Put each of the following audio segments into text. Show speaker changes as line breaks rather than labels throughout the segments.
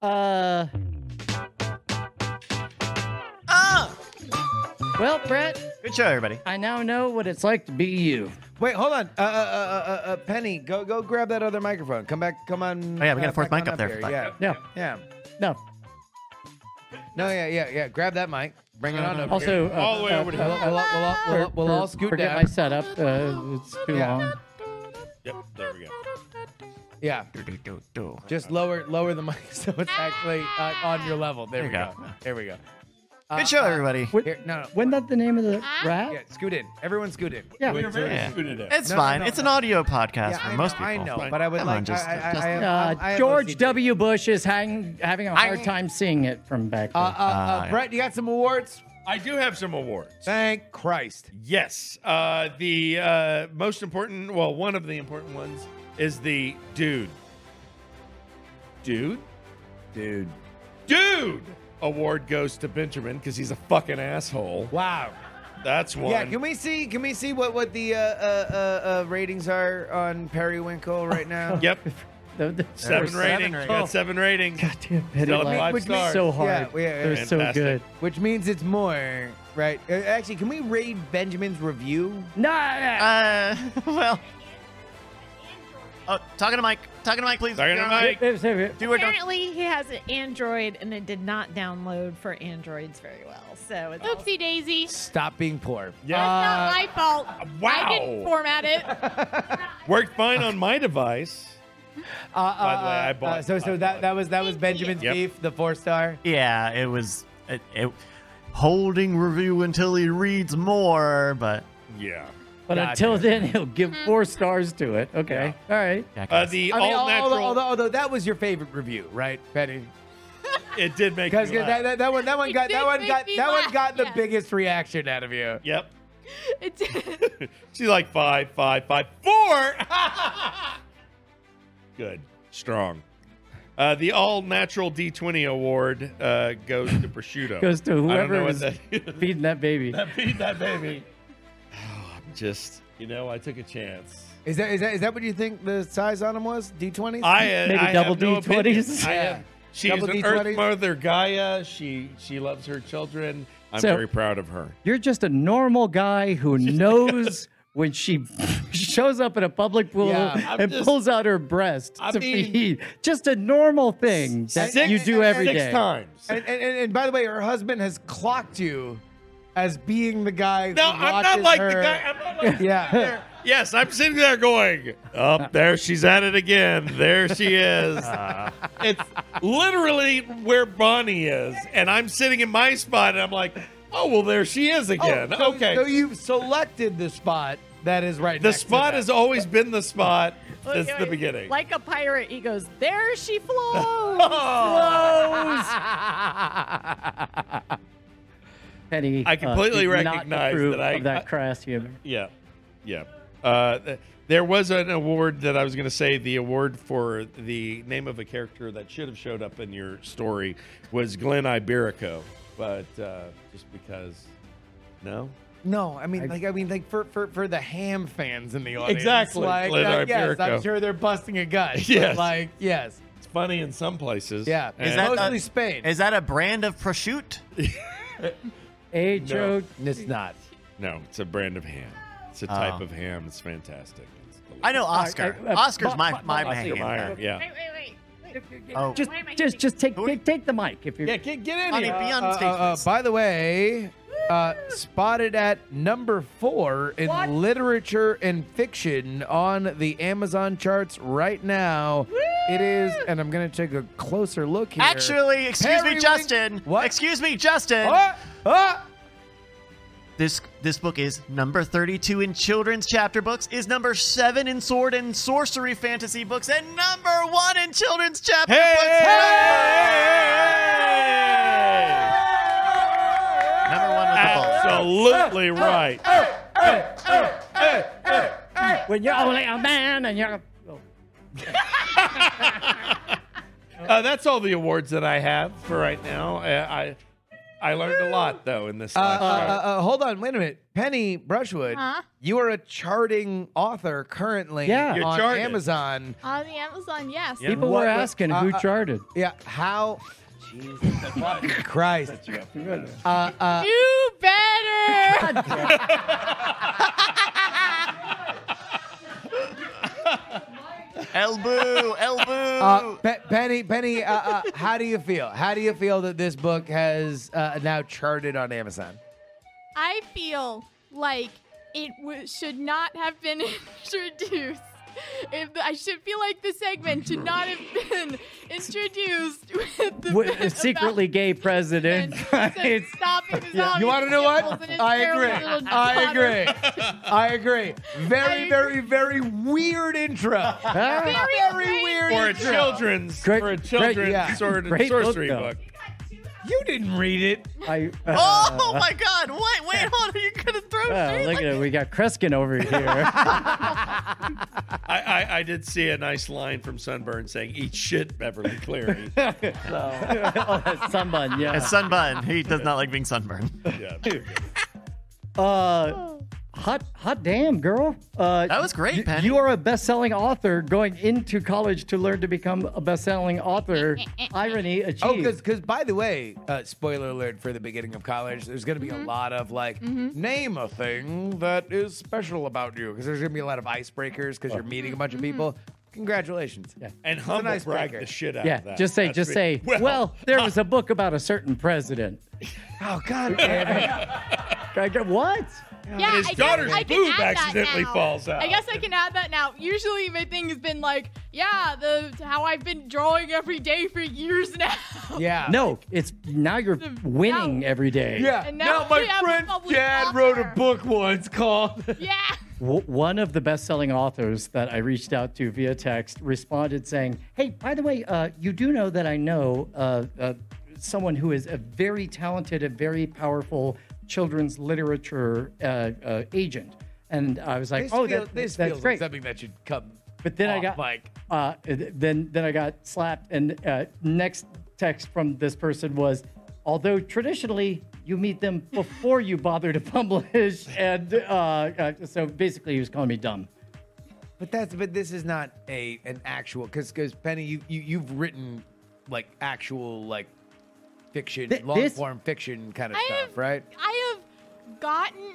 Uh.
Ah!
Well, Brett,
Good show, everybody.
I now know what it's like to be you.
Wait, hold on. Uh, uh, uh, uh, uh, Penny, go go grab that other microphone. Come back. Come on.
Oh, yeah, we got
uh,
a fourth
back
mic
on
up there
Here.
for
Yeah,
that.
No,
yeah.
no.
No, yeah, yeah, yeah. Grab that mic. Bring it on over here.
Also, uh,
All the way
uh,
over to
We'll, we'll, we'll, we'll, we'll, we'll all
for-
scoot
forget
down.
my setup. Uh, it's too
Yeah.
long.
Yep, there we go.
Yeah, just lower lower the mic so it's actually uh, on your level. There,
There
we
you
go.
go.
There we go.
Good show, everybody.
When,
Here, no, no.
when that the name of the rap?
Yeah, scoot in. Everyone scoot in.
Yeah. Uh,
We are very
Yeah.
suited up.
It's
No, no,
fine.
no,
it's an
no.
audio podcast
Yeah,
for
I
most
know,
people.
I know, but I would
Come
like.
on, just,
I, I,
just-
I, have-
Uh,
I have
George
OCD.
W. Bush is hang, having a hard
I-
time seeing it from back
Uh,
there.
uh, uh,
Ah,
Brett, you got some awards?
I do have some awards.
Thank Christ.
Yes. Uh, the uh, most important, well, one of the important ones is the dude. Dude?
Dude.
Dude! Award goes to Benjamin because he's a fucking asshole.
Wow.
That's one.
Yeah, can we see? Can we see what what the uh, uh, uh, uh, ratings are on Periwinkle right now?
Yep.
The- the-
Seven,
Seven
ratings.
ratings.
Oh.
Got seven ratings.
Goddamn pity
Still at
life.
five
Which means-
stars.
so hard.
Yeah, yeah, yeah.
They're so
Fantastic.
good.
Which means it's more, right? Uh, Actually, can we raid Benjamin's review?
Nah,
Uh, well. Oh, talking to Mike. Talking to Mike, please.
Talking to Mike.
Do or don't.
Apparently, he has an Android and it did not download for Androids very well. So it's oopsie daisy. It's
Stop being poor.
Yeah.
not my fault. I
Uh, wow.
didn't format it.
Worked fine on my device.
Uh,
By the way, I
uh,
bought-
uh, so so
I
that
bought-
that was that was Benjamin's
Yep.
beef, the four star.
Yeah, it was. It, it, holding review until he reads more, but.
Yeah.
but
God,
until
dude.
then, he'll give four stars to it. Okay, all right.
Yeah,
Uh,
guys.
the
I
all
mean, al-
natural.
although, although, although that was your favorite review, right, Penny?
it did make me
Because
laugh.
that, that, that one that one
It
got that
did
one
make
got
me
that one
laugh,
got the
yeah.
biggest reaction out of you.
Yep.
It did.
She's like five, five, five, four. Good, strong. Uh, the all natural D20 award uh, goes to prosciutto.
Goes to
I don't
whoever
know what
was
that-
Feeding that baby.
that beat that baby. Oh, I'm just, you know, I took a chance.
Is that is that is that what you think the size on him was? D twenties.
I uh,
Maybe
I
double
have no
D20s?
opinion. I
Yeah.
have, she's
Double
an
D20s.
Earth Mother Gaia. She she loves her children. I'm
So-
very proud of her.
You're just a normal guy who knows when she shows up at a public pool
Yeah,
I'm
and
just-
pulls out her breast
I
to
mean-
feed. Just a normal thing that
Six-
you do every day.
six times.
And, and, and, and by the way, her husband has clocked you as being the guy.
No,
who
I'm not
watches
like the
her.
guy. I'm not like the
Yeah.
guy there. Yes, I'm sitting there going, up there she's at it again. There she is. it's literally where Bonnie is, and I'm sitting in my spot, and I'm like, oh well, there she is again.
Oh, so-
okay,
So you've selected the spot that is right.
the
next to
spot
that.
has always been the spot since
Look,
the beginning.
Like a pirate, he goes, There she flows.
Penny, uh,
I completely
did not
recognize
approve
that I-
of that crass humor.
Yeah, yeah. Uh, th- there was an award that I was going to say the award for the name of a character that should have showed up in your story was Glenn Iberico, but uh, just because, no.
No, I mean, like, I mean, like for for, for the ham fans in the audience,
Exactly.
Like,
Glenn
uh, yes,
Iberico.
I'm sure they're busting a gut. but,
Yes.
like, yes,
It's funny in some places.
yeah.
And-
It's
that
mostly
not-
Spain.
Is that a brand of prosciutto?
A
No.
joke.
it's not.
no, it's a brand of ham. It's a type
Oh.
of ham. It's fantastic. It's delicious.
I know Oscar.
I- I-
Oscar's my
Bob-
my
Bob-
man.
Bob-
Meyer, yeah.
Wait, wait, wait.
Oh.
Just,
Why am I
just,
hitting-
just take,
Who-
take, take the mic if you're.
Yeah, get, get in
Honey,
here.
be on
Uh,
stage,
uh, uh,
please.
by the way, uh, spotted at number four in
What?
literature and fiction on the Amazon charts right now. It is, and I'm gonna take a closer look here.
Actually, excuse
Perry
me,
Wing-
Justin.
What?
Excuse me, Justin.
Ah, ah.
This this book is number 32 in children's chapter books, is number 7 in sword and sorcery fantasy books, and number 1 in children's chapter books. Number 1 with the ball.
Absolutely right.
When you're only a man and you're. Oh,
Uh, that's all the awards that I have for right now. Uh, I I learned a lot though in this.
Uh,
last
uh,
show.
uh, uh, hold on, wait a minute. Penny Brushwood,
Huh?
you are a charting author currently
Yeah. You're
on
charted.
Amazon.
On the Amazon, yes.
Yeah.
People
What-
were asking who
uh, uh,
charted.
Yeah, how? Jesus Christ. Uh, uh,
Do better.
Elboo, Elboo.
uh, Pe- Penny, Penny, uh, uh, how do you feel? How do you feel that this book has uh, now charted on Amazon?
I feel like it w- should not have been introduced. If the- I should feel like the segment should not have been introduced with the
Wi-
bit about
secretly gay president.
It's,
It's-
stopping the
Oh, You want to know what? I agree. I agree. I agree. Very,
I
very, very weird intro.
uh,
very, weird
for a
intro.
children's
Great-
for a
great-
children's
yeah.
sword and
Great book,
sorcery
though.
book.
You didn't read it.
I, uh,
oh my God! Wait, wait, hold on. You're gonna throw
Wow,
shade
uh, look
like-
at it. We got Kreskin over here.
I, I, I did see a nice line from Sunburn saying, "Eat shit, Beverly Cleary."
oh, someone, yeah.
It's sunburn. He does not like being sunburned.
yeah.
Uh, hot, hot damn, girl. Uh,
That was great,
you-
Penny.
You are a best-selling author going into college to learn to become a best-selling author. Irony achieved.
Oh, because by the way, uh, spoiler alert for the beginning of college, there's going to be
Mm-hmm.
a lot of like, name a thing that is special about you. Because there's going to be a lot of icebreakers because
Oh.
you're meeting a bunch of
Mm-hmm.
people. Congratulations.
And humble
nice
brag
breaker.
the shit out
yeah,
of that.
just say,
That's
just
me.
say. Well, there was a book about a certain president.
Oh, God damn it.
I go, What?
Yeah,
His
I guess
daughter's
I can
boob
add that
accidentally
now.
falls out.
I guess I can add that now. Usually my thing has been like, yeah, the how I've been drawing every day for years now.
Yeah.
No, it's now you're winning
No.
every day.
Yeah.
And now
now my
we have a
friend
public
Dad wrote a
author.
book once called.
yeah.
W- one of the best-selling authors that I reached out to via text responded saying, "Hey, by the way, uh, you do know that I know uh, uh, someone who is a very talented, a very powerful children's literature uh, uh, agent." And I was like,
This
"Oh,
feel-
that,
this
that's
feels
great."
like something that should come.
But then I
off
got
mic.
uh, then then I got slapped. And uh, next text from this person was, although traditionally you meet them before you bother to publish, and uh, uh, so basically he was calling me dumb.
But that's but this is not a an actual because because Penny, you, you you've written like actual like fiction,
Th-
long
this-
form fiction kind of
I
stuff,
have
right?
I have gotten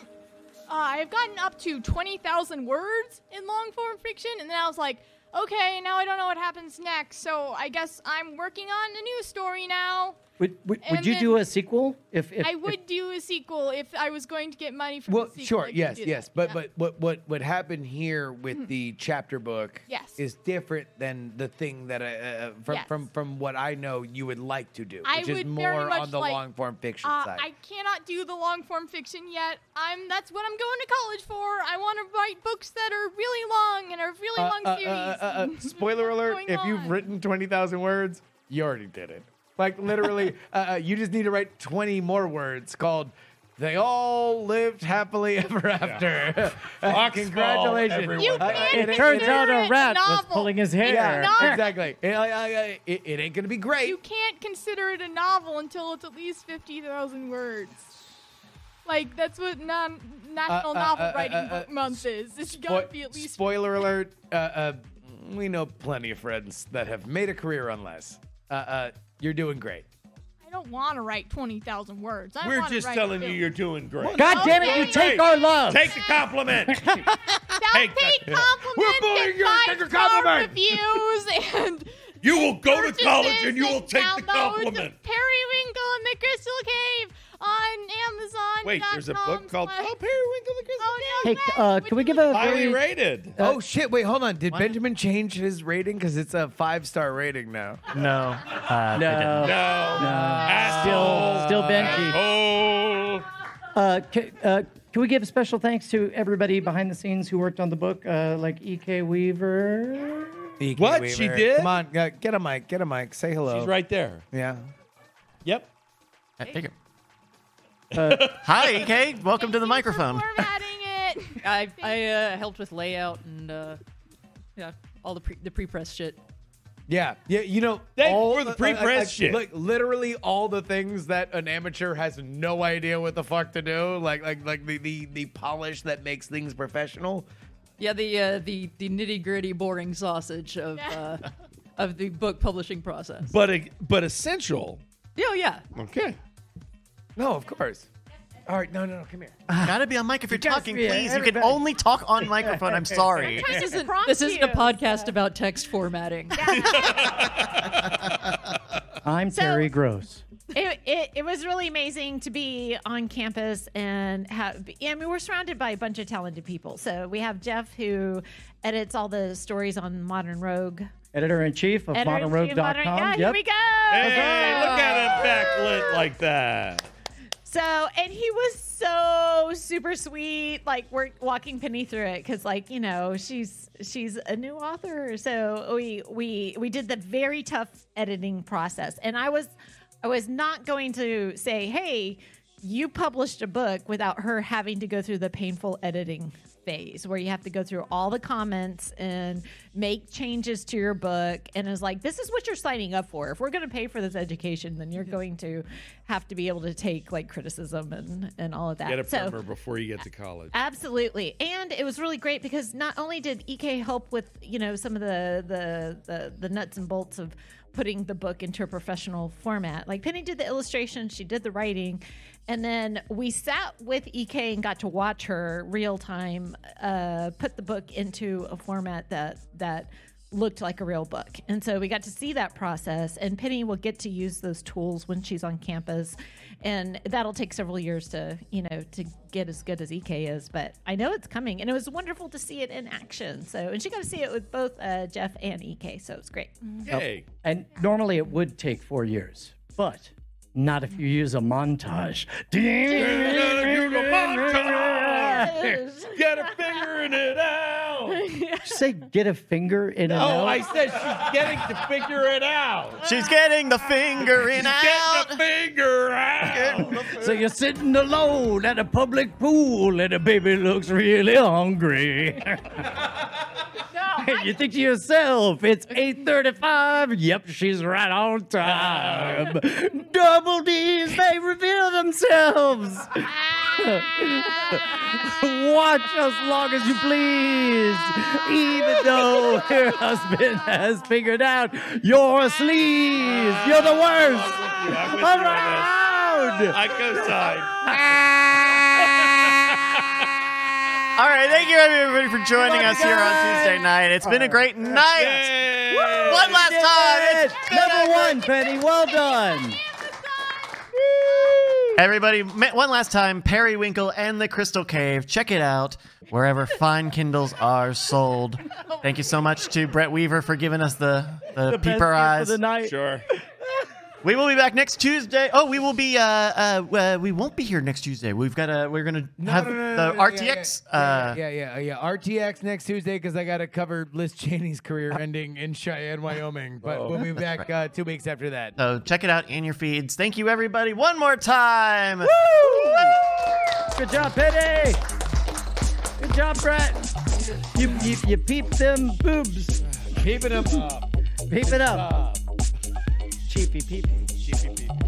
uh, I have gotten up to 20,000 words in long form fiction and then I was like, okay, now I don't know what happens next. So I guess I'm working on a new story now.
Would would, would
And
you
then-
do a sequel? If, if
I would do a sequel if I was going to get money from
Well,
the sequel. I
sure,
could
yes,
do that,
yes, but
yeah. Hmm.
but what what what happened here with the chapter book,
Yes.
is different than the thing that I, uh, from
Yes.
from from what I know you would like to do,
I
which is
would
more
very much
on the
like-
long form fiction
Uh,
side.
I cannot do the long form fiction yet. I'm that's what I'm going to college for. I want to write books that are really long and are really
Uh,
long
uh,
series.
uh, uh, uh,
and
spoiler
what's
alert:
going
If you've
on.
written twenty thousand words, you already did it. Like literally, uh, uh, you just need to write twenty more words called "They all lived happily ever after."
Fox
Congratulations.
everyone.
you
Uh,
can't
it
it
consider
turns out a
it
rat was
novel.
pulling his hair.
yeah,
not-
exactly. It, I- I- I- it- it ain't gonna be great.
You can't consider it a novel until it's at least fifty thousand words. Like that's what non National
uh,
Novel
uh, uh,
Writing
uh,
Book Month is. It's
Spoil-
got to be at least.
spoiler alert. Uh, uh, we know plenty of friends that have made a career on less. Uh, uh, you're doing great.
I don't want to write twenty thousand words. I
We're
wanna
just
write
telling
two.
you you're doing great.
God damn it!
Okay.
You take our love.
Take the compliment.
Take,
Take
take compliments
We're bullying
and
you. Take
five
a
star
compliment.
reviews and
You will go to
purchases
college and you will take the
downloads of
compliment.
Periwinkle in the Crystal Cave on Amazon.
Wait, there's a book called
Oh,
Oh, Periwinkle the Crystal
no,
Hey,
Matt,
uh,
would
can we
you
give
like-
a
Highly
very-
rated.
oh shit! Wait, hold on. Did Benjamin change his rating? Because it's a five star rating now.
No. Uh,
No,
No.
still,
Asshole.
still Benji.
Oh.
Uh, can, uh, can we give special thanks to everybody behind the scenes who worked on the book, uh, like E.K. Weaver?
Eek,
What?
Weaver.
She did?
Come on, uh, get a mic, get a mic, say hello.
She's right there.
Yeah.
Yep.
Take it.
Uh,
Hi, EK. Welcome to the
Thank you for
microphone.
Formatting it.
I I uh, helped with layout and uh, yeah, all the pre- the pre press shit.
Yeah, yeah. You know, uh,
Thank you for the pre-press shit.
Like literally all the things that an amateur has no idea what the fuck to do. Like like like the the, the polish that makes things professional.
Yeah, the uh, the the nitty gritty, boring sausage of uh, of the book publishing process.
But e- but essential.
Yeah, oh, yeah.
Okay.
No, of course. All right, no, no, no, come here.
Gotta be on mic if you're talking,
be, uh,
please. You can only talk on microphone. I'm sorry.
This isn't
prompt
this isn't a
you.
podcast about text formatting.
I'm Terry Gross.
it, it, it was really amazing to be on campus and have i mean we're surrounded by a bunch of talented people so we have jeff who edits all the stories on modern rogue
Editor in chief of
Editor-in-chief, Modern- yeah,
modernrogue.com.
here we go
Hey, look at him backlit like that.
So, and he was so super sweet, like we're walking Penny through it because, like you know, she's she's a new author. So we we we did the very tough editing process, and I was I was not going to say, hey, you published a book without her having to go through the painful editing phase where you have to go through all the comments and make changes to your book and it's like this is what you're signing up for if we're going to pay for this education then you're going to have to be able to take like criticism and and all of that
Get a
So-
primer before you get to college.
Absolutely, and it was really great because not only did Ek help with you know some of the the the, the nuts and bolts of putting the book into a professional format. Like Penny did the illustration, she did the writing, and then we sat with Ek and got to watch her real time uh, put the book into a format that that looked like a real book. And so we got to see that process and Penny will get to use those tools when she's on campus and that'll take several years to, you know, to get as good as EK is, but I know it's coming and it was wonderful to see it in action. So, and she got to see it with both uh, Jeff and EK, so it's great.
Hey.
And normally it would take four years, but not if you use a montage.
Get her figuring it out.
Say get a finger in a
Oh,
mouth?
I said she's getting to figure it out.
She's getting the finger in out.
Get the finger out.
So you're sitting alone at a public pool and a baby looks really hungry. And you think to yourself, it's 8.35. Yep, she's right on time. Double D's, they reveal themselves. Watch as long as you please. Even though her husband has figured out your sleaze. You're the worst.
I'm with you on
Around.
this. I co-sign.
All right, thank you everybody for joining us here on Tuesday night. It's been a great night.
Yay.
One last time.
Yes,
It's
Number one, Penny. Well done.
Everybody, ma- one last time, Periwinkle and the Crystal Cave. Check it out wherever fine Kindles are sold. Thank you so much to Brett Weaver for giving us the, the,
The best
peeper
gift of
eyes.
the night.
Sure.
We will be back next Tuesday. Oh, we will be. Uh, uh, uh, we won't be here next Tuesday. We've got a. We're gonna have
no, no, no,
the
no, no, yeah,
RTX.
Yeah,
uh,
yeah, yeah, yeah, RTX next Tuesday because I got to cover Liz Cheney's career ending in Cheyenne, Wyoming. But we'll be back uh, two weeks after that.
So check it out in your feeds. Thank you, everybody, one more time.
Good job, Penny. Good job, Brett. You, you, you peeped them boobs.
Keep it up.
Peep it up. Cheapy peep.
Sheepy people.